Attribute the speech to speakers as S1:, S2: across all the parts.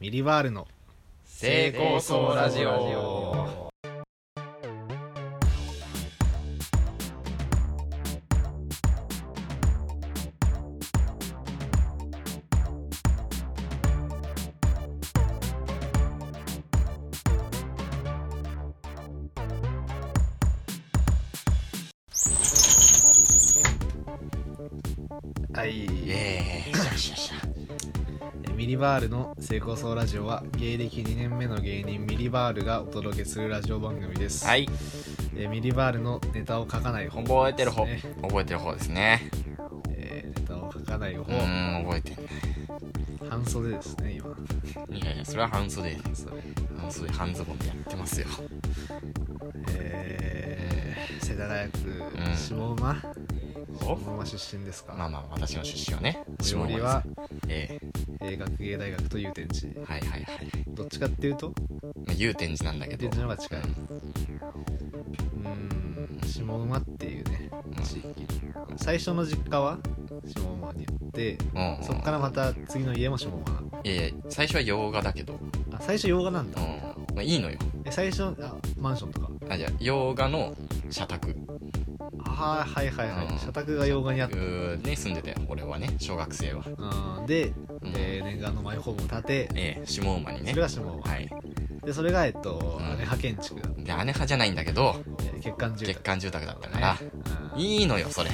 S1: ミリバールの
S2: 成功そうラジオ
S1: はい
S2: イエーイシャシャシャ
S1: ミリバールの成功そうラジオは芸歴2年目の芸人ミリバールがお届けするラジオ番組です、
S2: はい
S1: えーミリバールのネタを書かない方
S2: 覚えてる方、
S1: ですね
S2: 覚えてる方ですね
S1: えーネタを書かない方
S2: うーん覚えてん
S1: 半袖ですね今
S2: ないいやいやそれは半袖
S1: 半袖
S2: 半袖半ズボンでやってますよ
S1: えー世田谷区
S2: ん
S1: 下馬下
S2: お
S1: 馬出身です
S2: ま
S1: か
S2: あまあ私の出身はね
S1: 料理は、
S2: ええ
S1: えー学芸大学と祐天寺
S2: はいはいはい、
S1: どっちかっていうと
S2: まあ、祐天寺なんだけ
S1: 祐
S2: ど
S1: 天寺の方が近いうん下馬っていうね地域最初の実家は下馬に行って
S2: うんうん
S1: そっからまた次の家も下馬
S2: いやいや最初は洋画だけど、うん
S1: あ最初洋画なんだ
S2: まあ、いいのよ
S1: え最初あマンションとか
S2: あじゃあ洋画の社宅
S1: あーはいはいはい、
S2: うん
S1: 社宅が洋画にあっ
S2: う
S1: て
S2: ーね住んでたよ俺はね小学生は
S1: うんで、えー念願のマイホームを建て
S2: ええ下馬にね
S1: それが下馬
S2: はい
S1: でそれがえっと、
S2: うん
S1: 姉派建築だっ
S2: で姉派じゃないんだけど
S1: て欠陥住
S2: 欠
S1: 宅
S2: 陥住宅だったから
S1: うん
S2: いいのよそれ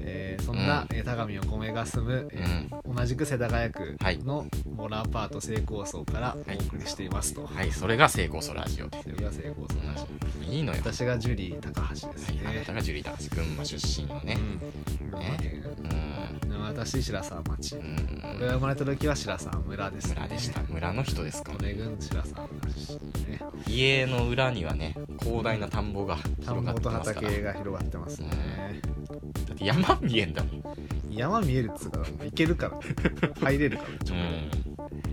S1: えーそんな、
S2: う
S1: えー田上横目が住む、えー同じく世田谷区
S2: はい
S1: のモラアパート成功層から
S2: い
S1: お送りしていますと、
S2: はいそれが成功するラジオ
S1: それが成功層らしい
S2: いいのよは
S1: 私がジュリー高橋です
S2: いあな
S1: ね
S2: た、がジュリーダンス群馬出身のね
S1: うん群馬県
S2: うん
S1: 沼田市白沢町
S2: うん
S1: 俺が生まれた時は白沢村です、ね、
S2: 村でした村の人ですか
S1: 利根郡白沢村でしたね
S2: 家の裏にはね広大な田んぼが
S1: 田
S2: 広
S1: ん
S2: が
S1: ぼ
S2: って
S1: と
S2: ますからだ
S1: 畑が広がってますね、
S2: って山見えんだもん
S1: 山見えるっつうかもう行けるから、 入れるから
S2: う
S1: 直で
S2: ん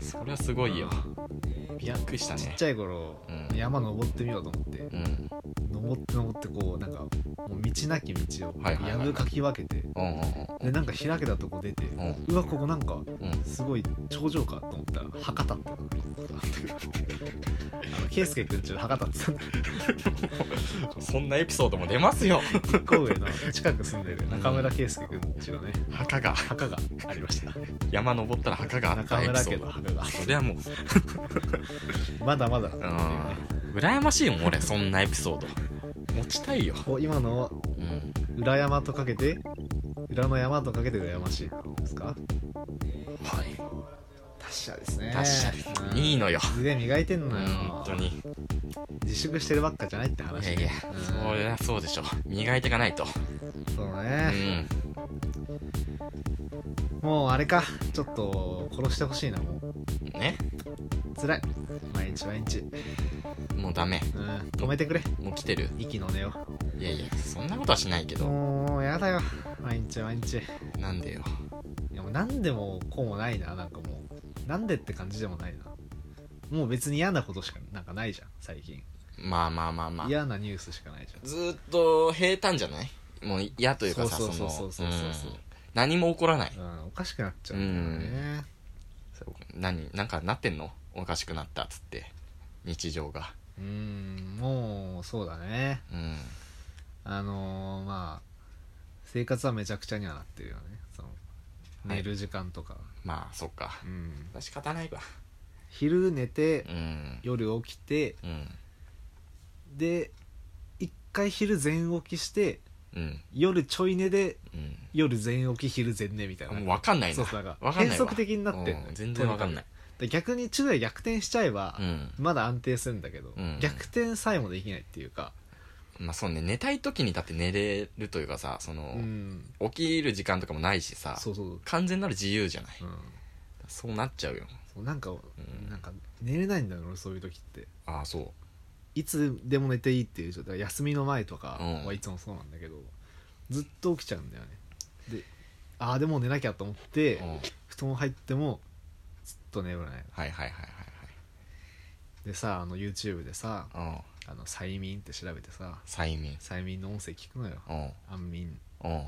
S2: それはすごいよびっくりした
S1: ちっ
S2: ね
S1: ちゃい頃、
S2: うん
S1: 山登ってみようと思って
S2: うん
S1: 登って登ってこうなんかもう道なき道を
S2: はいはいはい
S1: やぶかき分けて
S2: うんうん
S1: でなんか開けたとこ出て
S2: ん
S1: うわここなんか
S2: うんうん
S1: すごい頂上かと思ったら博多ってなあの圭佑君ちの博多って言ったんだ
S2: そんなエピソードも出ますよ
S1: けど一個上の近く住んでる中村圭佑君ちのね
S2: 墓が
S1: 墓がありました
S2: 山登ったら墓があった
S1: 中
S2: エ
S1: 村
S2: ピソ
S1: 家
S2: ー
S1: の
S2: ド
S1: 墓が
S2: それはもう
S1: まだまだだったっ
S2: う
S1: ていうね
S2: ん羨ましいもん俺そんなエピソード持ちたいよ
S1: こう今の
S2: うん
S1: 裏山とかけて裏の山とかけて羨ましいってことですか
S2: はい
S1: 達者ですね
S2: 確かにいい
S1: い
S2: のよ
S1: 腕磨いてんのよ
S2: 本当にい
S1: 自粛してるばっかじゃないって話
S2: やいや
S1: うん
S2: そりゃそうでしょ磨いていかないと
S1: そう
S2: う
S1: ね、
S2: ん
S1: もうあれかちょっと殺してほしいなもう
S2: ね
S1: 辛い毎日毎日
S2: もうダメ
S1: うん止めてくれ
S2: もう来てる
S1: 息の根を
S2: いやいやそんなことはしないけど
S1: もうやだよ毎日毎日
S2: なんでよ
S1: いやもう何でもこうもないななんかもうなんでって感じでもないなもう別に嫌なことしかなんかないじゃん最近
S2: まあまあまあまあ
S1: 嫌なニュースしかないじゃん
S2: ずーっと平坦じゃないもう嫌というかさ
S1: そ
S2: そう
S1: そうそう
S2: の
S1: そうそうそう
S2: うん何も起こらない
S1: うん、おかしくなっちゃうからね、
S2: 何なんかなってんのおかしくなったっつって日常が
S1: うん、もうそうだね
S2: うん
S1: あのーまあ生活はめちゃくちゃにはなってるよねその
S2: はい
S1: 寝る時間とか、
S2: まあそっか
S1: うん、
S2: 仕方ないわ
S1: 昼寝て、
S2: うん
S1: 夜起きて
S2: うん
S1: で一回昼全起きして
S2: うん
S1: 夜ちょい寝で
S2: うん
S1: 夜全起き昼全寝みたいな
S2: もう分かんないな
S1: そうそうだから
S2: わかんないわ
S1: 変則的になってんの
S2: うん全然分かんない
S1: で逆に昼夜逆転しちゃえば、
S2: うん
S1: まだ安定するんだけど、
S2: うん
S1: 逆転さえもできないっていうか、
S2: まあそうね寝たい時にだって寝れるというかさその、
S1: うん、
S2: 起きる時間とかもないしさ
S1: そうそう
S2: 完全なる自由じゃない
S1: そう、うん、
S2: そうなっちゃうよ
S1: そうなんか、
S2: ん
S1: なんか寝れないんだよ俺そういう時って
S2: ああそう
S1: いつでも寝ていいっていう状態休みの前とか
S2: うん
S1: はいつもそうなんだけど、ずっと起きちゃうんだよねでああでも寝なきゃと思って、
S2: うん
S1: 布団入ってもずっと眠れない
S2: はいはいはい
S1: でさあの YouTube でさ
S2: はいはいうん
S1: あの催眠って調べてさ
S2: 催眠
S1: 催眠の音声聞くのよ
S2: うん
S1: 安眠
S2: うん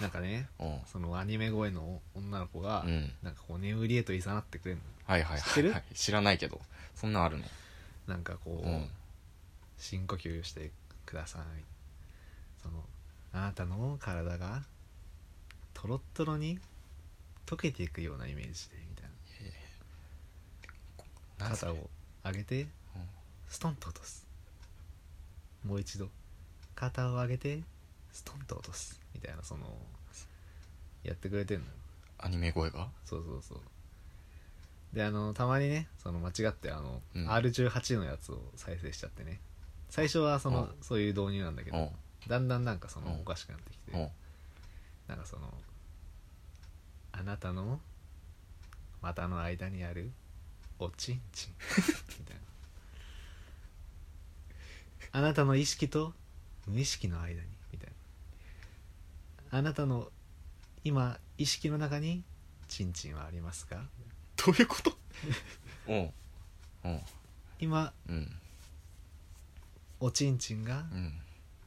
S1: なんかね
S2: うん
S1: そのアニメ声の女の子が、
S2: うん
S1: なんかこう眠りへと誘ってくれるの
S2: はいはいはいはい、はい、
S1: 知ってる
S2: 知らないけどそんなんあるの
S1: なんかこ
S2: う
S1: う、
S2: ん
S1: 深呼吸してくださいそのあなたの体がトロットロに溶けていくようなイメージでみたいな
S2: なんす
S1: 肩を上げて
S2: うん
S1: ストンと落とすもう一度肩を上げてストンと落とすみたいなそのやってくれてんのよ
S2: アニメ声が
S1: そうそうそうであのたまにねその間違ってあの、
S2: うん
S1: R18 のやつを再生しちゃってね最初はその、
S2: う
S1: そういう導入なんだけ
S2: うん
S1: どだんだんなんかその、
S2: うん
S1: おかしくなってきて、
S2: うん
S1: なんかそのあなたの股の間にあるおちんちん みたいなあなたの意識と無意識の間にみたいなあなたの今意識の中にちんちんはありますか
S2: どういうことうんうん
S1: 今
S2: うん
S1: おちんちんが
S2: うん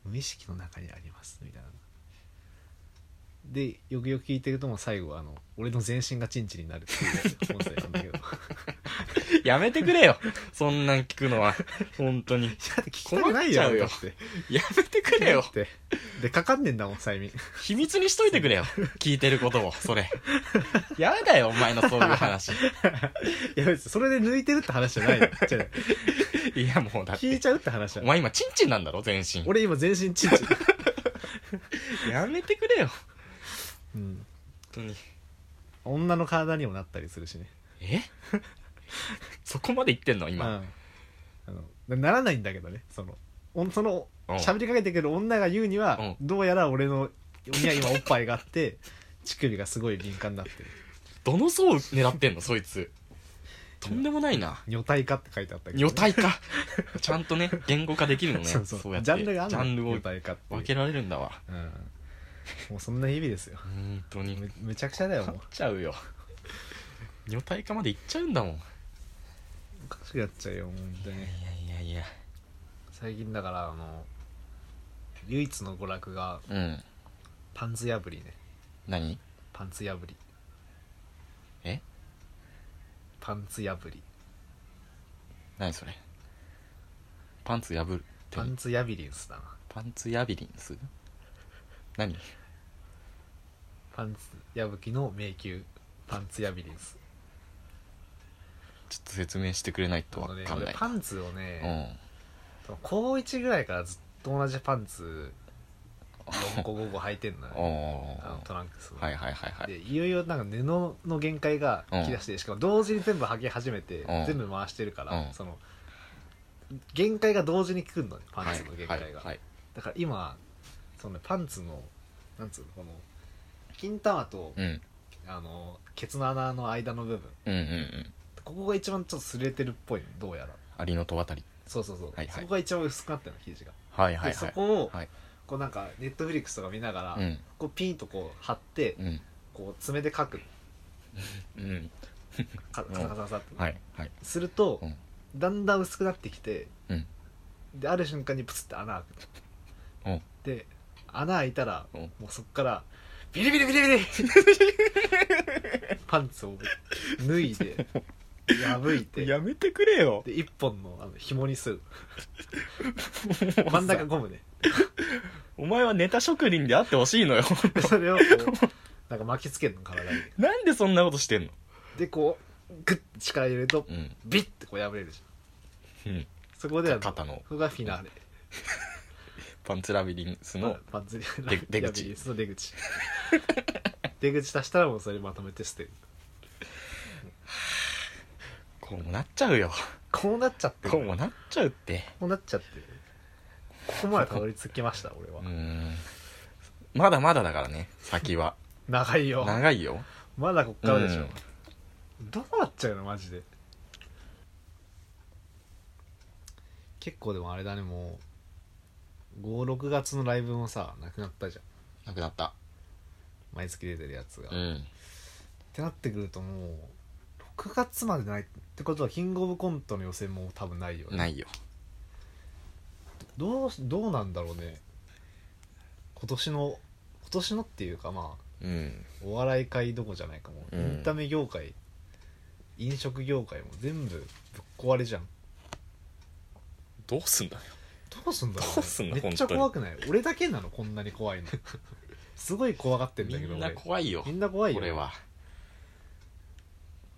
S1: 無意識の中にありますみたいなでよくよく聞いてるともう最後はあの俺の全身がチンチンになるっていう音声なんだけ どいや
S2: やめてくれよそんなん聞くのは本当に
S1: だって聞きたくないよ
S2: 困っちゃうよ
S1: だって
S2: やめてくれよ
S1: だってでかかんねんだもん催眠
S2: 秘密にしといてくれよ聞いてることをそれやだよお前のそういう話
S1: いや別にそれで抜いてるって話じゃないよ違う
S2: いやもうだっ
S1: 聞い
S2: て
S1: ちゃうって話じゃ
S2: お
S1: ない
S2: 前今チンチンなんだろ全身
S1: 俺今全身チンチン、
S2: やめてくれよ本
S1: うん、
S2: 当に
S1: 女の体にもなったりするしね
S2: えそこまで言ってんの今、
S1: うん、あのならないんだけどねそのおその
S2: うん
S1: 喋りかけてくる女が言うには、どうやら俺のには今おっぱいがあって 乳首がすごい敏感になってる
S2: どの層を狙ってんのそいつとんでもないな
S1: 女体化って書いてあったけど、
S2: 女体化ちゃんとね言語化できるのね
S1: そうそう
S2: やって
S1: ジャンルがある
S2: ジャンルを
S1: 女体化っていう
S2: 分けられるんだわ
S1: うん、もうそんな日々ですよ
S2: 本当に
S1: むむちゃくちゃだよもう
S2: 勝っちゃうよ女体化までいっちゃうんだもんい
S1: おかしくなっちゃうよもう本当に
S2: やいやいや
S1: 最近だからあの唯一の娯楽が
S2: うん
S1: パンツ破りね
S2: 何
S1: パンツ破り
S2: え
S1: パンツ破り
S2: 何それパンツ破るって
S1: パンツ破りんすだな
S2: パンツ破りにする何
S1: パンツ破きの迷宮パンツ破りんす
S2: ちょっと説明してくれないと
S1: あ
S2: わ
S1: のね
S2: かん
S1: 俺
S2: ない
S1: パンツを
S2: う
S1: ね、
S2: ん
S1: 高1ぐらいからずっと同じパンツ4個5個履いてんのよ、
S2: お
S1: あのトランクスを、
S2: はいはいはいはい
S1: でいよいよなんか布の限界がきだして、しかも同時に全部履き始めて、
S2: うん
S1: 全部回してるから、
S2: うん
S1: その限界が同時に来るのねパンツの限界が、
S2: はいはい
S1: だから今そのねパンツのなんつうのこの金玉と、
S2: うん
S1: あのケツの穴の間の部分
S2: うんうんうん
S1: ここが一番ちょっと擦れてるっぽいのどうやら
S2: アリの戸渡り
S1: そうそうそう、
S2: はいはい
S1: そこが一番薄くなってるの生地が、
S2: はいはい
S1: でそ
S2: はい
S1: こを、
S2: はい
S1: こうなんかネットフリックスとか見ながら、
S2: うん
S1: こうピンとこう貼って、
S2: うん
S1: こう爪で描く
S2: うん
S1: カカサカサカサって、
S2: はいはい
S1: すると、
S2: うん
S1: だんだん薄くなってきて
S2: うん
S1: である瞬間にプツって穴開くの、
S2: うん
S1: で穴開いたら、
S2: うん
S1: もうそっからビリビリビリビリ パンツを脱い で破いて
S2: やめてくれよ
S1: で一本のあの紐にする
S2: もう
S1: 真ん
S2: さ
S1: 中ゴムね
S2: お前はネタ職人であってほしいのよ
S1: でそれをこうなんか巻きつけるの体に
S2: なんでそんなことしてんの
S1: でこうグッて力入れると
S2: うん
S1: ビッてこう破れるじゃん
S2: うん
S1: そこであの
S2: 肩の
S1: ここがフィナーレ
S2: パンツラビリンスの
S1: パンツリ
S2: 出出 口
S1: いやその出口出口足したらもうそれまとめて捨てる
S2: こうもなっちゃうよ
S1: こうなっちゃってる
S2: こうもなっちゃうって
S1: こうなっちゃってるここまでたどり着きました俺
S2: う
S1: は、
S2: ーんまだまだだからね先は
S1: 長いよ
S2: 長いよ
S1: まだこっからでしょ、
S2: うん
S1: どうなっちゃうのマジで結構でもあれだねもう56月のライブもさなくなったじゃん
S2: なくなった
S1: 毎月出てるやつが、
S2: う
S1: っ
S2: ん
S1: てなってくるともう6月までないってことはキングオブコントの予選も多分ないよね
S2: ないよ
S1: どうどうなんだろうね今年の今年のっていうかま
S2: うん
S1: あお笑い界どこじゃないかも、
S2: うん
S1: エンタメ業界飲食業界も全部ぶっ壊れじゃん
S3: どうすんだよ
S1: どうすんだろう、ね、
S3: どうすんの
S1: めっちゃ
S3: 本当に
S1: 怖くない俺だけなのこんなに怖いの すごい怖がってん
S2: み
S1: だけど
S2: んな
S1: 俺
S2: 怖いよ
S1: みんな怖いよ
S2: これは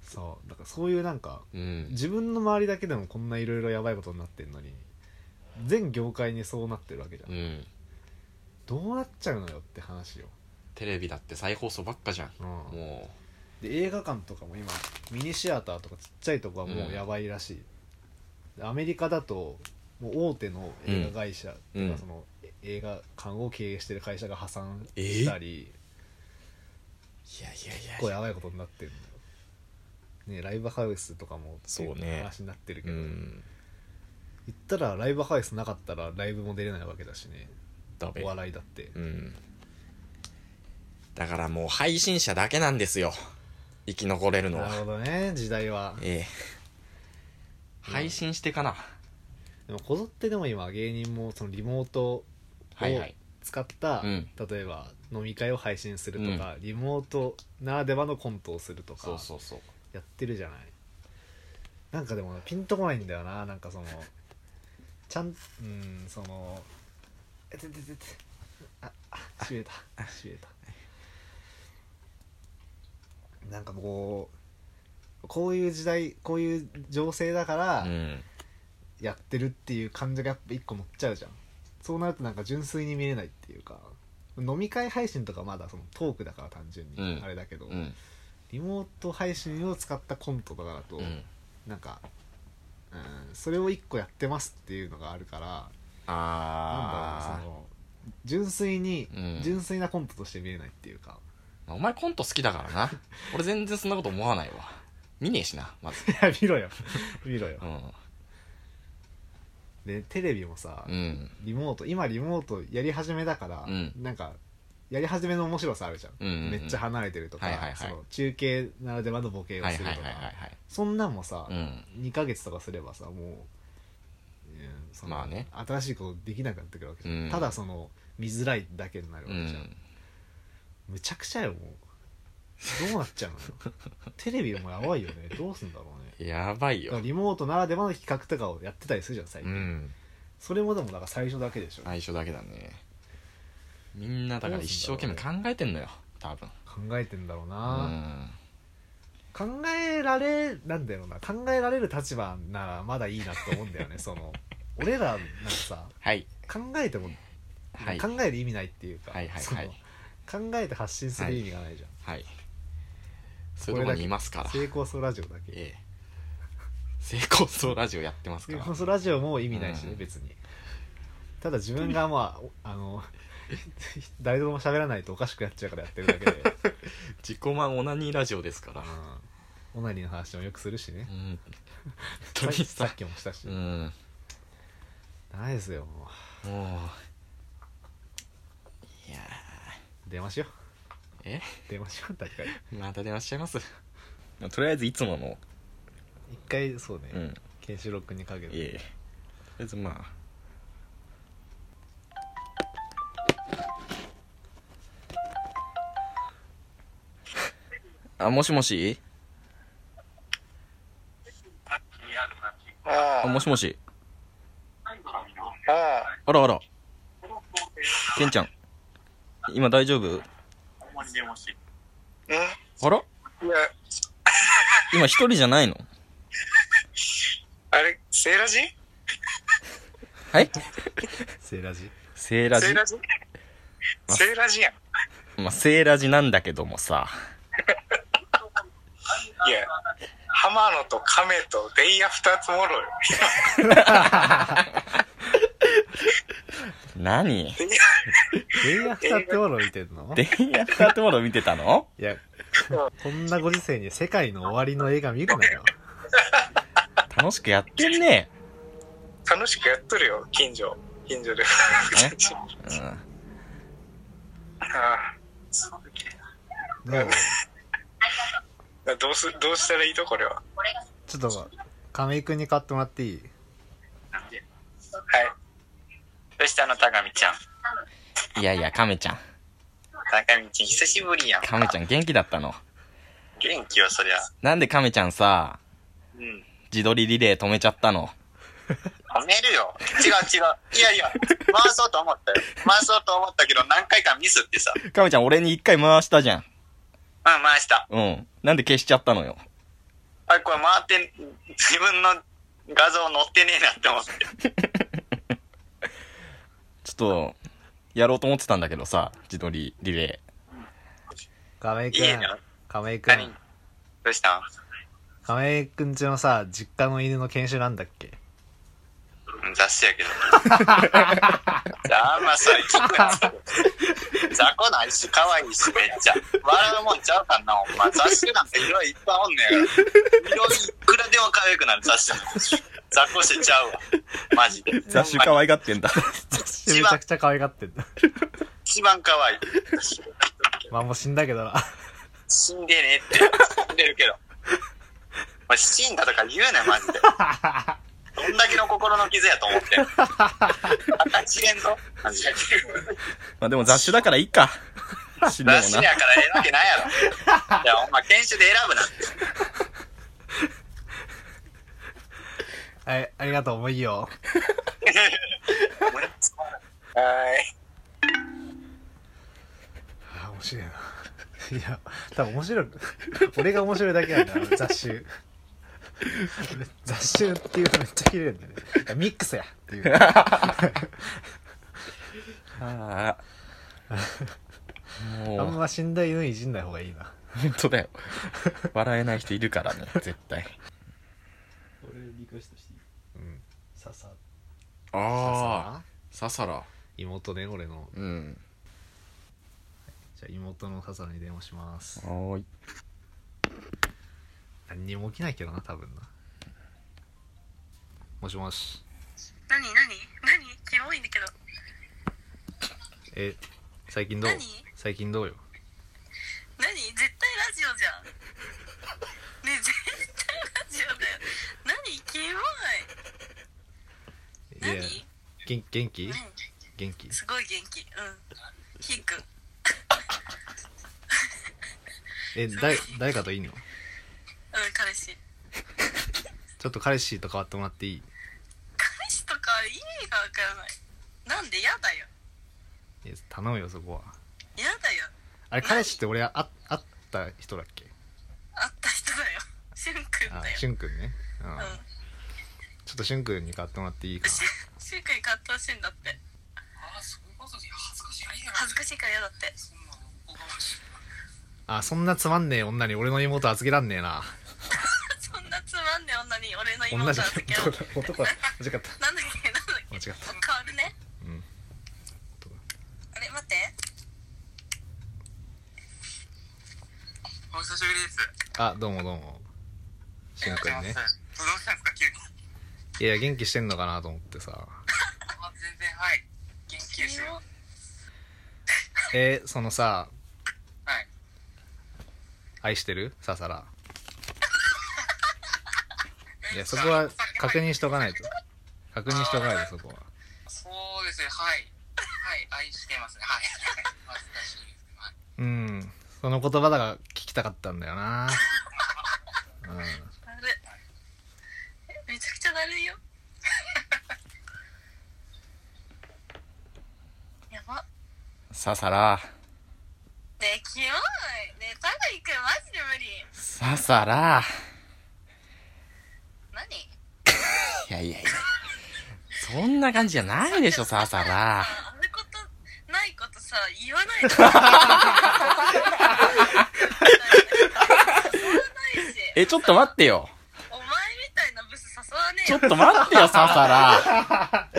S1: そうだからそういうなんか
S2: うん
S1: 自分の周りだけでもこんないろいろやばいことになってんのに全業界にそうなってるわけじゃん、
S2: うん
S1: どうなっちゃうのよって話よ、
S2: テレビだって再放送ばっかじゃん
S1: うん
S2: も
S1: で映画館とかも今ミニシアターとかちっちゃいとこはもうやばいらしい、でアメリカだともう大手の映画会社と
S3: うん
S1: かそのえ映画館を経営してる会社が破産したり、
S2: ういやいやいや
S1: 結構やばいことになってるのよねライブハウスとかも
S3: そうね
S1: ってい話になってるけ
S3: う
S1: ど、
S3: ん
S1: 言ったらライブハウスなかったらライブも出れないわけだしね
S3: ダメ
S1: お笑いだって
S3: うんだからもう配信者だけなんですよ生き残れるの
S1: なる
S3: は
S1: ほどね時代は
S3: ええ
S2: 配信してかな
S1: でもこぞってでも今芸人もそのリモート
S2: はいはい
S1: 使った、
S2: うん
S1: 例えば飲み会を配信するとか、リモートならではのコントをするとか
S2: そうそうそう
S1: やってるじゃないなんかでもピンとこないんだよななんかそのちゃんうんそのえててててああしびれたしびれたなんかこうこういう時代こういう情勢だから、
S3: うん
S1: やってるっていう感じがやっぱ一個持っちゃうじゃんそうなるとなんか純粋に見れないっていうか飲み会配信とかまだそのトークだから単純
S3: う
S1: に
S3: ん
S1: あれだけど、
S3: うん
S1: リモート配信を使ったコントとかだと、
S3: うん
S1: なんかうんそれを一個やってますっていうのがあるからなんだろう
S3: あ
S1: なその純粋に、
S3: うん
S1: 純粋なコントとして見れないっていう か
S2: まあお前コント好きだからな俺全然そんなこと思わないわ見ねえしなまず
S1: いや見 ろよ見ろよ
S2: うん
S1: でテレビもさ、
S3: うん
S1: リモート今リモートやり始めだから、
S3: うん
S1: なんかやり始めの面白さあるじゃん、
S3: うんうんうん
S1: めっちゃ離れてるとか、
S3: はいはいはい
S1: その中継ならではのボケを
S3: はい
S1: する
S3: はい
S1: と
S3: は
S1: か、
S3: いはいはい
S1: そんなんもさ、
S3: うん
S1: 2ヶ月とかすればさもう、うんその
S3: まあね
S1: 新しいことできなくなってくるわけじゃん、
S3: うん
S1: ただその見づらいだけになる
S3: う
S1: わけじゃん、
S3: ん
S1: むちゃくちゃよもうどうなっちゃう のよテレビもやばいよねどうすんだろうね
S3: やばい
S1: だから
S3: よ
S1: リモートならではの企画とかをやってたりするじゃん最
S3: う
S1: 近、
S3: ん
S1: それもでもだから最初だけでしょ、
S3: 相性だけだねみんなだから一生懸命考えてんのよ多分
S1: 考えてんだろう
S3: う
S1: な、
S3: ん
S1: 考えられなんだろうな考えられる立場ならまだいいなと思うんだよねその俺らなんかさ
S3: はい
S1: 考えても、
S3: はい
S1: 考える意味ないっていうか、
S3: はいはい
S1: その
S3: はい
S1: 考えて発信する意味がないじゃん、
S3: はいそういうとこにいますから
S1: 成功層ラジオだけ
S3: ええ成功そうラジオやってますか
S1: 成
S3: ら
S1: 功層ラジオも意味ないしね、
S3: うん
S1: 別にただ自分がまああの 誰とも喋らないとおかしくやっちゃうからやってるだけ で、
S3: 自己満オナニーラジオですから
S1: うん、オナニーの話もよくするしね
S3: う、ん
S1: さ
S3: 本当に
S1: さ
S3: さ
S1: っきもしたし、
S3: うん
S1: ないですよも
S3: もういや
S1: う電話しよ
S3: ーえ
S1: う電話しよう大会
S3: また電話しちゃいますとりあえずいつもの
S1: 一回そうね、
S3: うん
S1: ケンシロウ君にかけ
S3: いえいえ
S1: て
S3: とりあえずまああもしもし
S4: あ
S3: あもしもし
S4: あ、あ
S3: あらあらケンちゃん今大丈夫
S4: あ、ん
S3: あら
S4: いや、
S3: 今一人じゃないの
S4: あれ、セーラジ
S3: はい
S1: セーラジ
S3: セーラ
S4: セ
S3: ジ
S4: ーラジセーラジやん。
S3: まあセーラジなんだけどもさ
S4: いや、浜野と亀とデイヤ二つもろよ。
S3: 何
S4: デイヤ
S1: レイヤー2ってもの見てんの
S3: 電話使ってもの見てたの
S1: いや こんなご時世に世界の終わりの映画見るなよ
S3: 楽しくやってんね
S4: 楽しくやっとるよ、近所。近所で。
S3: えうん
S4: あ
S1: ね
S4: あどうす、どうしたらいいとこれは。
S1: ちょっと亀井君に買ってもらっていい
S4: はい。どうしたの、高見ちゃん。
S3: いやいや、亀ちゃん。
S4: 高見ちゃん、久しぶりやん。
S3: 亀ちゃん元気だったの。
S4: 元気よ、そりゃ。
S2: なんで亀ちゃんさ、
S4: うん。
S2: 自撮りリレー止めちゃったの
S4: 止めるよ。違う違う。いやいや、回そうと思ったよ。回そうと思ったけど、何回かミスってさ。うん、
S2: 亀ちゃん俺に一回回したじゃん。
S4: 回した。
S2: うん。なんで消しちゃったのよ。
S4: あれ、これ回って、自分の画像載ってねえなって思って。
S2: ちょっと、やろうと思ってたんだけどさ、自撮りリレ
S1: 亀井く
S4: いい
S1: ん
S4: な
S1: 亀井く
S4: 何
S1: ん
S4: どうしたん
S1: 亀井くんちのさ実家の犬の研修なんだっけ
S4: うん雑誌やけど。じゃあ、あんまそれ聞くな。雑魚ないし、可愛いし、めっちゃ。笑うもんちゃうかんな、お前。雑誌なんて色いっぱいおんねやから。色いくらでも可愛くなる雑誌なんて雑魚しちゃうわ。マジで。
S2: ー。雑種可愛がってんだ。
S1: めち
S4: 一
S1: ゃ
S4: 番
S1: く、ちゃ可愛がってんだ
S4: 一番可愛い。
S1: まあもう死んだけどな
S4: 死んでねって。死んでるけど。お前死んだとか言うなよ、マジで。どんだけの心の傷やと思ってんの。あ、知れんぞ。マジで。
S2: まあでも雑種だからいい か。死んでも
S4: 雑誌やからええわけないやろ。いや、ほんま、研修で選ぶな。
S1: はいありがとうもういいよ
S4: はい。
S1: あー面白い ないや多分面白い俺が面白いだけなんだあの雑種雑種っていうのめっちゃ綺麗なんだよねいやミックスやって いう
S2: な。ああ。
S1: あん
S2: もう、
S1: ま死んだ犬いじんない方がいいな
S2: 本当だよ。笑えない人いるからね、絶対。
S5: 俺リクエストしていい
S1: うん
S5: ささ
S3: ああささら
S1: 妹ね俺の
S3: うん
S1: じゃあ妹の笹野に電話します
S2: おーい。
S1: 何にも起きないけどな多分なもしもし
S6: 何何何キモいんだけど
S1: え最近どう
S6: 何
S1: 最近どうよ
S6: 何絶対ラジオじゃんねえ絶対ラジオだよ何キモ
S1: いや
S6: い
S1: 元元気
S6: 何うん
S1: 元気
S6: すごい元気うんひーくん
S1: えだい誰かといいの
S6: うん彼氏
S1: ちょっと彼氏と変わってもらっていい
S6: 彼氏とか意味がわからないなんでやだよ
S1: え頼むよそこは
S6: やだよ
S1: あれ彼氏って俺ああ会った人だっけ
S6: 会った人だよしゅんくん
S1: あ
S6: だよ
S1: しゅんくんね、うん
S6: うん
S1: ちょっとしゅんくんに変わってもらっていいか
S6: ししゅんくんに買ってほしいんだって恥ずかしいから嫌だって
S1: なあそんなつまんねえ女に俺の妹預けらんねえな
S6: そんなつまんねえ女に俺の
S1: 女
S6: 妹
S1: じゃ
S6: 預けよう
S1: 男男だ間違った
S6: なんだっけなんだっ
S1: 間
S6: け
S1: 違った
S6: 変わるね
S1: うん
S6: あれ待って
S4: お久しぶりです。
S1: あどうもどうもしゅんくんね
S4: どうしたんですか、急に。
S1: いや元気してんのかなと思ってさ
S4: あ全然、はい。元気ですよ。
S1: えそのさ
S4: はい。
S1: 愛してるささ らいやそこは確認しとかないと確認しとかないとそこは
S4: そうですね、はい。はい、愛してますね。はい。恥ずかしいですけどはい
S1: うんその言葉だが聞きたかったんだよなうん
S6: だるえめちゃくちゃだるいよ やば
S2: ささら。
S6: ねえキモいねえただいくんマジで無理
S2: ささら。
S6: 何
S2: いやいやいや。そんな感じじゃないでしょ、ささら。
S6: あんなことないことさ言わ ないで 言わない し
S2: え、ちょっと待ってよ。
S6: お前みたいなブス誘わねえ
S2: ちょ
S6: よ
S2: っと待ってよ、ササラ。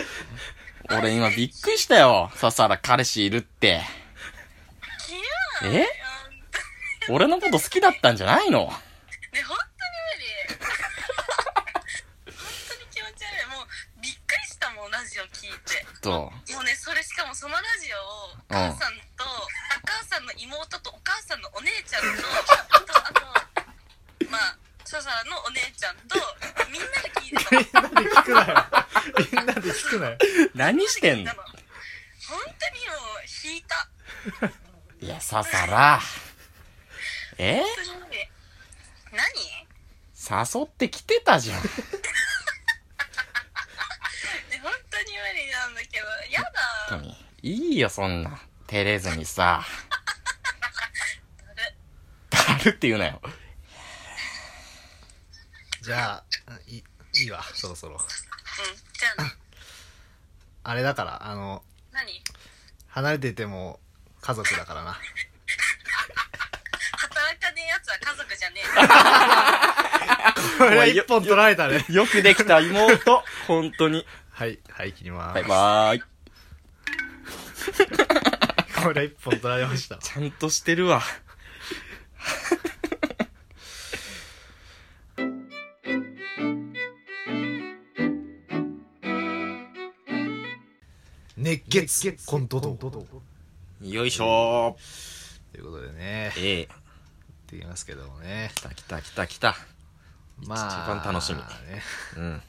S2: 俺今びっくりしたよ。ササラ彼氏いるって。
S6: キモい
S2: え
S6: うん
S2: 俺のこと好きだったんじゃないの
S6: ね本当に無理本当に気持ち悪いもうびっくりしたもんラジオ聞いて
S2: と、
S6: もうねそれしかもそのラジオをお母さんと、お母さんの妹とお母さんのお姉ちゃんとあとあとまあササラのお姉ちゃんとみんなで聞いてたの
S1: みんなで聞くなよみんなで聞くなよ
S2: 何してんの
S6: 本当にもう引いた
S2: いや、ササラ。え
S6: 本当に無理
S2: 誘ってきてたじゃん。
S6: え本当に無理なんだけどやだ
S2: 本当に。いいよ、そんな。照れずにさ。だるって言うなよ。
S1: じゃあいいいいわそろそろ
S6: うんじゃあね
S1: あれだからあの
S6: 何
S1: 離れてても家族だからな
S6: 働かねえやつは家族じゃ
S1: こ
S6: ね
S1: れ一本取られたね
S2: よくできた妹。本当に。
S1: はいはい切りま
S2: バイ
S1: ー
S2: バーイ。
S1: すこれ一本取られました
S2: ちゃんとしてるわ。
S1: 熱血コントドと
S2: よいしょ
S1: いうことでね
S2: ー。ええ
S1: って言いますけどもね
S2: 来た来た来た来た。
S1: まあ
S2: 一番楽しみ
S1: ね
S2: うん。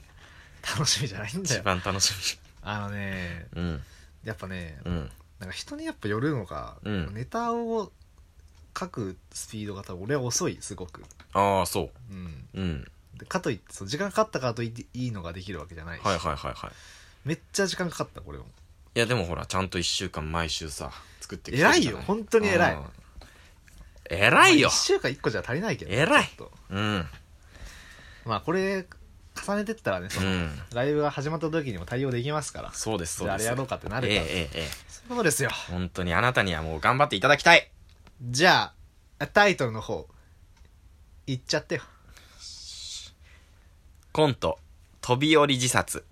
S1: 楽しみじゃないんだ
S2: 一
S1: よ
S2: 番楽し
S1: あのね
S2: み。うん。
S1: やっぱね
S2: うん。
S1: なんか人にやっぱよるのか、
S2: うん
S1: ネタを書くスピードが多分俺は遅いすごく、
S2: ああ、そ
S1: うん、
S2: う。うん。
S1: でかといってその時間かかったからといっていいのができるわけじゃないし、
S2: はいはいはいはい。
S1: めっちゃ時間かかったこれも
S2: いやでもほら、ちゃんと一週間毎週さ、作って
S1: 偉いよ
S2: 本
S1: 本当に偉い。
S2: 偉いよ
S1: 1。週間1個じゃ足りないけど
S2: 偉い
S1: ちょっと
S2: うん。
S1: まあこれ重ねてったらねそうの、
S2: ん。
S1: ライブが始まった時にも対応できますから
S2: そうです、そう
S1: じゃあ
S2: で
S1: あ
S2: す。
S1: れやろうかってなるか
S2: ええ
S1: ら、
S2: えええ
S1: そういうことですよ
S2: え。本当にあなたにはもう頑張っていただきたい。
S1: じゃあタイトルの方いっちゃってよ
S2: コント、飛び降り自殺。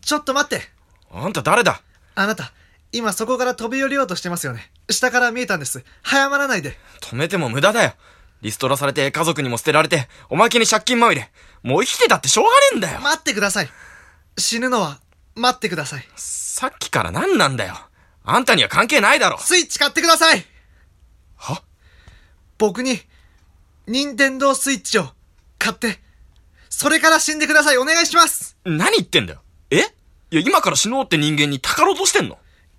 S1: ちょっと待って
S2: あんた誰だ
S1: あなた、今そこから飛び降りようとしてますよね。下から見えたんです。早まらないで。
S2: 止めても無駄だよ。リストラされて家族にも捨てられて、おまけに借金まみれ。もう生きてたってしょうがねえんだよ。
S1: 待ってください。死ぬのは待ってください。
S2: さっきから何なんだよ。あんたには関係ないだろ。
S1: スイッチ買ってください
S2: は
S1: 僕に、任天堂スイッチを買って、それから死んでください。お願いします
S2: 何言ってんだよ。えいや、今から死のうって人間にたかろうとしてんの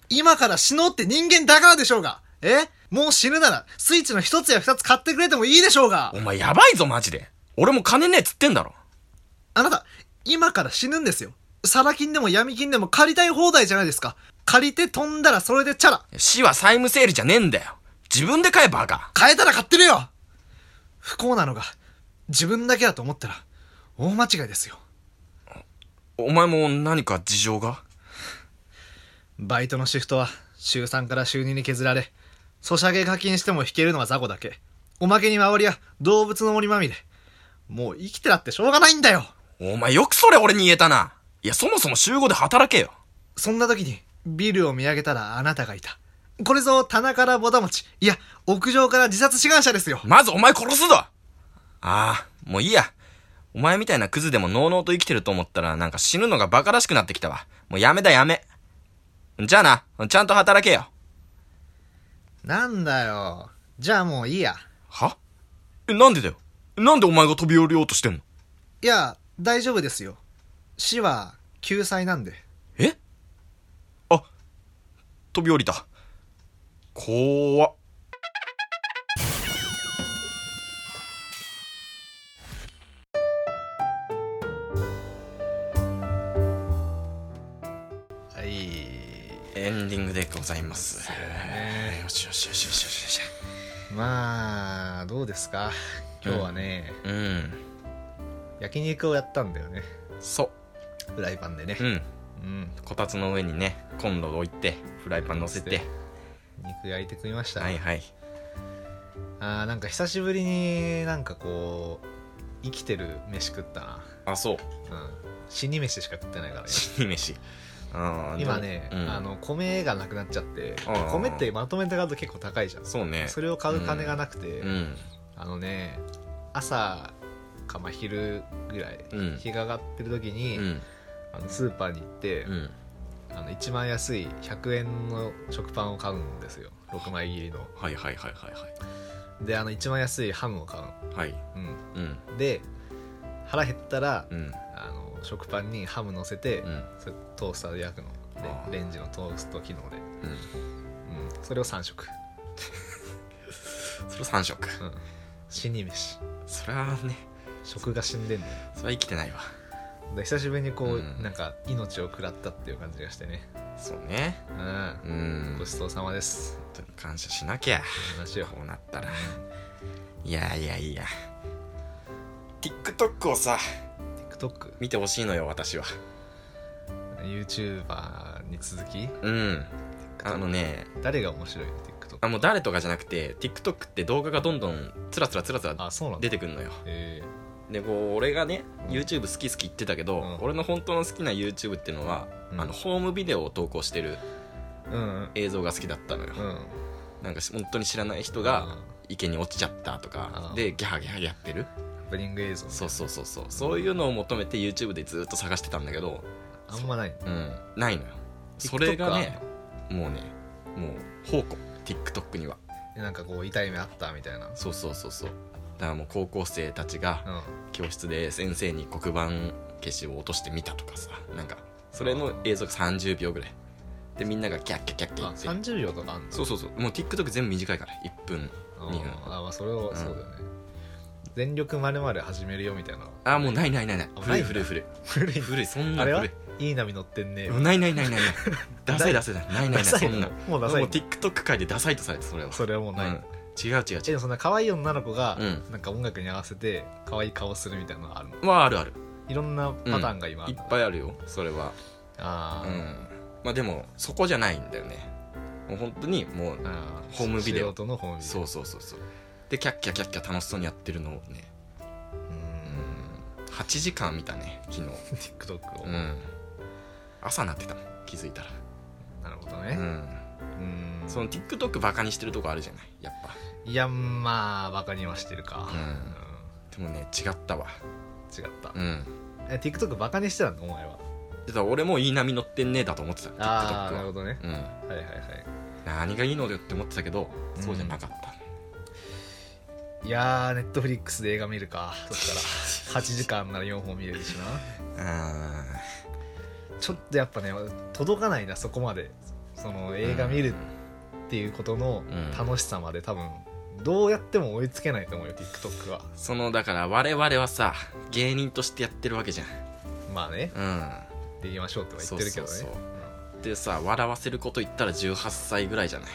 S1: 今から死のうって人間だからでしょうが。えもう死ぬなら、スイッチの一つや二つ買ってくれてもいいでしょうが
S2: お前やばいぞ、マジで。俺も金ねえっつってんだろ。
S1: あなた、今から死ぬんですよ。サラ金でも闇金でも借りたい放題じゃないですか。借りて飛んだらそれでチャラ。
S2: 死は債務整理じゃねえんだよ。自分で買えばカ。
S1: 変えたら買ってるよ不幸なのが自分だけだと思ったら大間違いですよ
S2: お前も何か事情が
S1: バイトのシフトは週3から週2に削られソシャゲ課金しても引けるのは雑魚だけおまけに周りは動物の森まみれもう生きてらってしょうがないんだよ
S2: お前よくそれ俺に言えたな。いや、そもそも週5で働けよ。
S1: そんな時にビルを見上げたらあなたがいたこれぞ棚からぼた餅いや屋上から自殺志願者ですよ
S2: まずお前殺すぞああ、もういいや。お前みたいなクズでものうのうと生きてると思ったらなんか死ぬのがバカらしくなってきたわ。もうやめだやめ。じゃあな、ちゃんと働けよ。
S1: なんだよじゃあもういいや
S2: はえ、なんでだよ。なんでお前が飛び降りようとしてんの
S1: いや大丈夫ですよ死は救済なんで
S2: えあ、飛び降りた。怖っ。
S1: はい
S2: エンディングでございます。よしよしよしよしよしよし。
S1: まあどうですか今日はね、
S2: うん。
S1: 焼肉をやったんだよね
S2: そ
S1: フライパンでね
S2: う。うん。
S1: うん
S2: こたつの上にね、コンロを置いて、フライパン乗せて。
S1: 肉焼いて食いました、
S2: はいはい。
S1: あーなんか久しぶりになんかこう生きてる飯食ったな
S2: あ、そう。
S1: うん死に飯しか食ってないからね
S2: 死に飯。あー
S1: 今ね、
S2: うん
S1: あの米がなくなっちゃって
S2: ああ
S1: 米ってまとめて買うと結構高いじゃん
S2: そうね。
S1: それを買う金がなくて、
S2: うん。
S1: あのね朝かまあ昼ぐらい、
S2: うん
S1: 日が上がってる時に、
S2: うん。
S1: あのスーパーに行って、
S2: うん。
S1: あの一番安い100円の食パンを買うんですよ6枚切りの
S2: はいはいはいはい
S1: であの一番安いハムを買う
S2: はい。はい。
S1: の、
S2: うん。
S1: うん、で腹減ったら、
S2: うん。
S1: あの食パンにハム乗せて、
S2: うん。
S1: それトースターで焼くので
S2: あー
S1: レンジのトースト機能で、
S2: うん。
S1: うん、それを3食
S2: それ3食
S3: 死に飯
S2: それはね
S3: 食が死んでんだよ
S2: それは生きてないわ
S3: で久しぶりにこう、
S2: うん
S3: なんか命を食らったっていう感じがしてね
S2: そうね
S3: うん
S2: うん
S3: ごちそうさまです
S2: 本当に感謝しなきゃ
S3: 話を
S2: こうなったらいやいやいや TikTok をさ
S3: TikTokYouTuber
S2: 見てほしいのよ私は
S3: に続き
S2: うんあのね
S3: 誰が面白い
S2: あ
S3: TikTok
S2: もう誰とかじゃなくて TikTok って動画がどんどんつらつらつらつら
S3: あそうなん
S2: 出
S3: だ
S2: てくるのよ
S3: え
S2: でこう俺がね YouTube 好き好き言ってたけど、
S3: うん
S2: 俺の本当の好きな YouTube っていうのは、
S3: うん
S2: あのホームビデオを投稿してる
S3: ー、うん
S2: 映像が好きだったのよ、
S3: うん
S2: なんかし本当に知らない人
S3: うん
S2: が池に落ちちゃったとか、
S3: うん
S2: でギャハギャハやってる、
S3: ハプニング映像
S2: そうそうそうそうそういうのを求めて YouTube でずっと探してたんだけど、
S3: あんまない
S2: うん、ないのよそれがねもうねもう宝庫 TikTok には
S3: でなんかこう痛い目あったみたいな
S2: そうそうそうそうだからもう高校生たちが
S3: うん
S2: 教室で先生に黒板消しを落としてみたとかさなんかそれの映像が30秒ぐらいでみんながキャッキャッキャッキャ
S3: あ
S2: ッ言って
S3: 30秒とかあんの
S2: そうそうそうもう TikTok 全部短いから1分
S3: あ
S2: 二分
S3: ーあまあそれを、
S2: うん
S3: そうだよね全力まるまる始めるよみたいな
S2: ああもうないないないない
S3: あ
S2: 古い
S3: ないん
S2: 古
S3: だ
S2: い古い
S3: 古い
S2: 古いそんな
S3: あれ
S2: の
S3: は
S2: 古い
S3: いい波乗ってんね
S2: もうないないない ないないダサいダサいないないないない
S3: ダサ
S2: そ
S3: いの
S2: んな
S3: も
S2: も
S3: うダ
S2: う
S3: サいの
S2: TikTok 界でダサいとされてそれは
S3: それはもうない、
S2: うん違う違う
S3: え
S2: 違
S3: で
S2: う
S3: もそんな可愛い女の子が、
S2: う
S3: なんか音楽に合わせて可愛い顔するみたいなのあるの
S2: まああるある
S3: いろんなパターンが今あ
S2: いっ
S3: るの、
S2: ぱいあるよそれは
S3: あ
S2: う
S3: ー、
S2: んまあでもそこじゃないんだよねもう本当にもう
S3: あー
S2: ホームビデオ
S3: 素人のホームビデオ
S2: そうそうそうそうでキャッキャキャッキャ楽しそうにやってるのをねうん8時間見たね昨日
S3: うん TikTok を、
S2: うん朝なってたもん気づいたら
S3: なるほど
S2: う
S3: ね
S2: ん
S3: うん
S2: その TikTok バカにしてるとこあるじゃないやっぱ
S3: いやまあバカにはしてるか、
S2: うんでもね違ったわ
S3: 違った、
S2: うん
S3: え TikTok バカにしてたのお前は
S2: だから俺もいい波乗ってんねえだと思ってた TikTok
S3: ああなる
S2: は
S3: ほどね
S2: うん
S3: はいはいはい
S2: 何がいいのよって思ってたけど
S3: うん
S2: そうじゃなかった
S3: いやー、ネットフリックスで映画見るか。そしたら、8時間なら4本見れるしな。
S2: うん
S3: ちょっとやっぱね、届かないな、そこまで。その映画見るっていうことの
S2: うん
S3: 楽しさまで多分、どうやっても追いつけないと思うよ、TikTok は。
S2: そのだから我々はさ芸人としてやってるわけじゃん
S3: まあね、
S2: うん
S3: できましょうとは言ってるけどね。
S2: そうそうそうでさ笑わせること言ったら18歳ぐらいじゃない、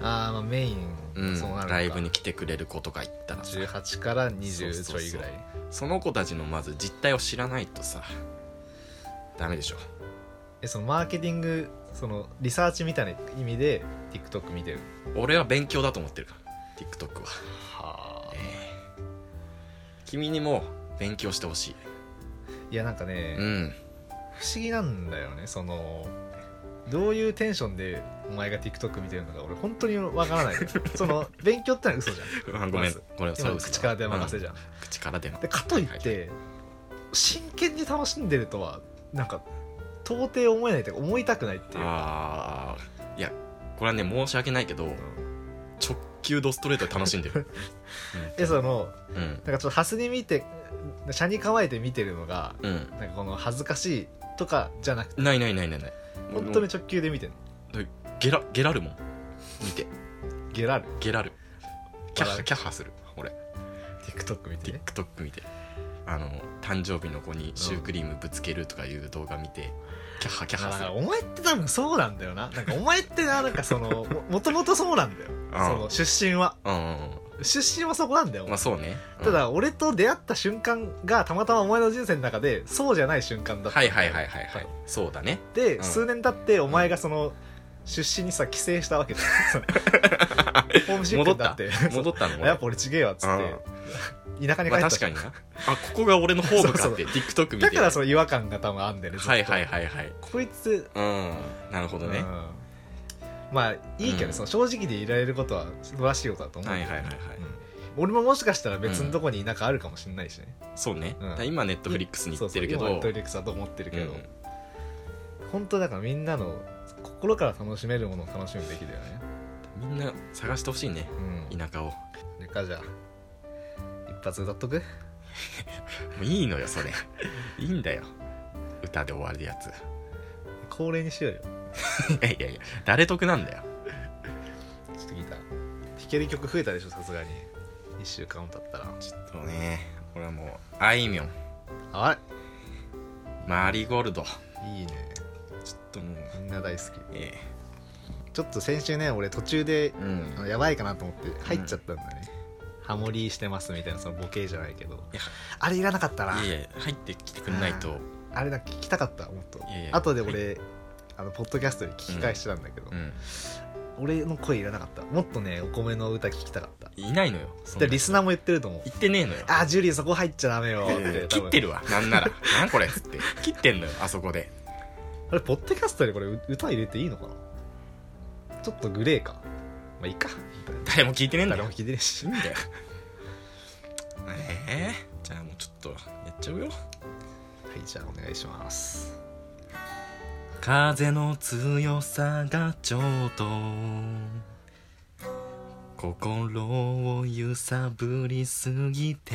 S3: あー、まあメイン、
S2: うん
S3: そうなるのか
S2: ライブに来てくれる子とか言ったらさ
S3: 18から
S2: そう
S3: 20ち
S2: そ
S3: ょ
S2: うそう
S3: いぐらい。
S2: その子たちのまず実態を知らないとさダメでしょ
S3: え、そのマーケティング、そのリサーチみたいな意味で TikTok 見てる。
S2: 俺は勉強だと思ってるから TikTok は
S3: はあ。
S2: 君にも勉強してほしい
S3: いや、なんかね、
S2: うん
S3: 不思議なんだよねそのどういうテンションでお前が TikTok 見てるのか俺本当にわからないその勉強ってのは 嘘じゃん
S2: あごめんこれは
S3: 今の
S2: 嘘だ
S3: 口から出任せじ
S2: うん
S3: ゃん、
S2: 口から出ま
S3: でかといって、真剣に楽しんでるとはなんか到底思えないというか思いたくないっていうか
S2: ああいやこれはね申し訳ないけど、直球ドストレートで楽しんで る
S3: えその
S2: うん
S3: なんかちょっとハスに見て車に構えて見てるのが
S2: うん
S3: なんかこの恥ずかしいとかじゃなくて
S2: ないないないないない
S3: 本当
S2: も
S3: に直球で見てる
S2: うゲラゲラるもん見て
S3: ゲラル
S2: ゲラるキャッ
S3: 笑
S2: ハ
S3: う
S2: キャッハする俺
S3: TikTok 見てね
S2: TikTok 見てあの誕生日の子にシュークリームぶつけるとかいう動画見て、キャッハキャッ
S3: あ
S2: ハ
S3: だ
S2: す
S3: か
S2: る
S3: らお前って多分そうなんだよななんかお前ってななんか そのももともとそうなんだよ
S2: ああ
S3: その出身は
S2: うんうん
S3: 出身はそこなんだよ、
S2: うんまあそうね、うん
S3: ただ俺と出会った瞬間がたまたまお前の人生の中でそうじゃない瞬間だった
S2: はいはいはいはいはいそうだね
S3: で、
S2: うん
S3: 数年経ってお前がその出身にさ帰省したわけじ ゃんホームシックになって
S2: 戻ったの
S3: そう
S2: 俺
S3: やっぱ俺ちげえわっつって田舎に
S2: ま
S3: 帰っ
S2: あ確
S3: たし
S2: かになあここが俺のホームか
S3: そう
S2: っ
S3: そ
S2: て TikTok 見て
S3: だからその違和感が多分あんだよねずっと
S2: はいはいはいはい
S3: こいつ
S2: うんなるほどね、
S3: う
S2: は
S3: んまあいいけど、
S2: うん
S3: その正直でいられることは素晴らしいことだと
S2: い
S3: 思う、
S2: はいはいはい、
S3: うん俺ももしかしたら別のとこに田舎あるかもしれないしね、
S2: そうね、
S3: うん
S2: だから今ネットフリックスに行ってるけど
S3: そうそう今トイレックスだと思ってるけど、
S2: うん
S3: 本当だからみんなの心から楽しめるものを楽しむべきだよね
S2: みんな探してほしいね
S3: うん
S2: 田舎をも
S3: それかじゃあ一発歌っとく
S2: ういいのよ それいいんだよ歌で終わるやつ
S3: 恒例にしようよ
S2: いやいやいや誰得なんだよ
S3: ちょっとギター弾きける曲増えたでしょさすがに1週間経ったら
S2: ちょっとね俺はもうあいみょん
S3: あ
S2: マリーゴールドちょ
S3: れいいね
S2: っともう
S3: みんな大好き
S2: え
S3: ちょっと先週ね俺途中で
S2: えうん
S3: あのやばいかなと思って入っちゃったんだね、ハモリしてますみたいなそのボケじゃないけど
S2: や
S3: あれいらなかったない
S2: やいや入ってきてくれないと
S3: あれだ聞きたかったもっと
S2: いやいや
S3: 後で俺、あのポッドキャストで聞き返してたんだけど、
S2: うん
S3: 俺の声いらなかったもっとねお米の歌聞きたかった
S2: いないのよそんな
S3: でリスナーも言ってると思う
S2: 言ってねえのよ
S3: あージュリーそこ入っちゃダメよって多
S2: 切
S3: 分
S2: ってるわなん なら「なんこれ」っつって切ってんのよあそこで
S3: あれポッドキャストでこれう歌入れていいのかなちょっとグレーかまあいいか
S2: 誰も聞いてねえんだ
S3: 誰
S2: ろ
S3: も聞いてねえし
S2: いいんだよええじゃあもうちょっとやっちゃうよ
S3: はいじゃあお願いします
S2: 風の強さがちょうど心を揺さぶりすぎて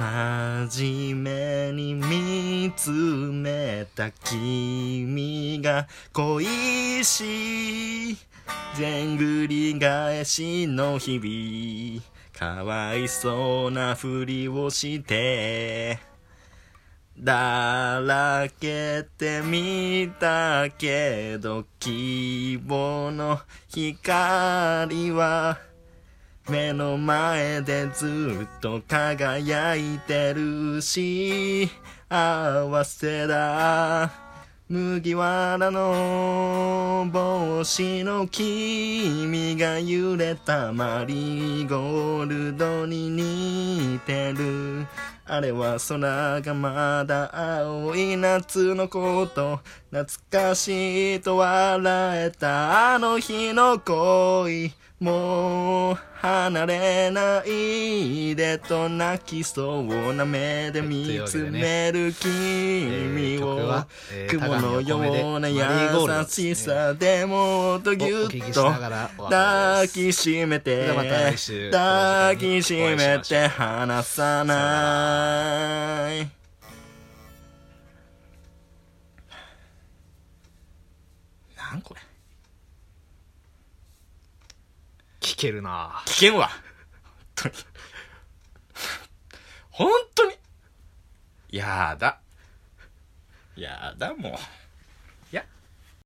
S2: 真面目に見つめた君が恋しいでんぐり返しの日々かわいそうなふりをしてだらけてみたけど希望の光は目の前でずっと輝いてるし合わせだ麦わらの帽子の君が揺れたマリーゴールドに似てるあれは空がまだ青い夏のこと懐かしいと笑えたあの日の恋もう離れないでと泣きそうな目で見つめる君を、
S3: えー曲
S2: 雲
S3: は
S2: のような優しさでもっとぎゅ
S3: をお
S2: っ
S3: 聞きし
S2: と
S3: ながらお別れ
S2: 抱
S3: です
S2: きしめて
S3: ではまた来週
S2: 抱きしめて離さないなんこれ
S3: 聞けるな
S2: 危険は本当に本当にやだやだもう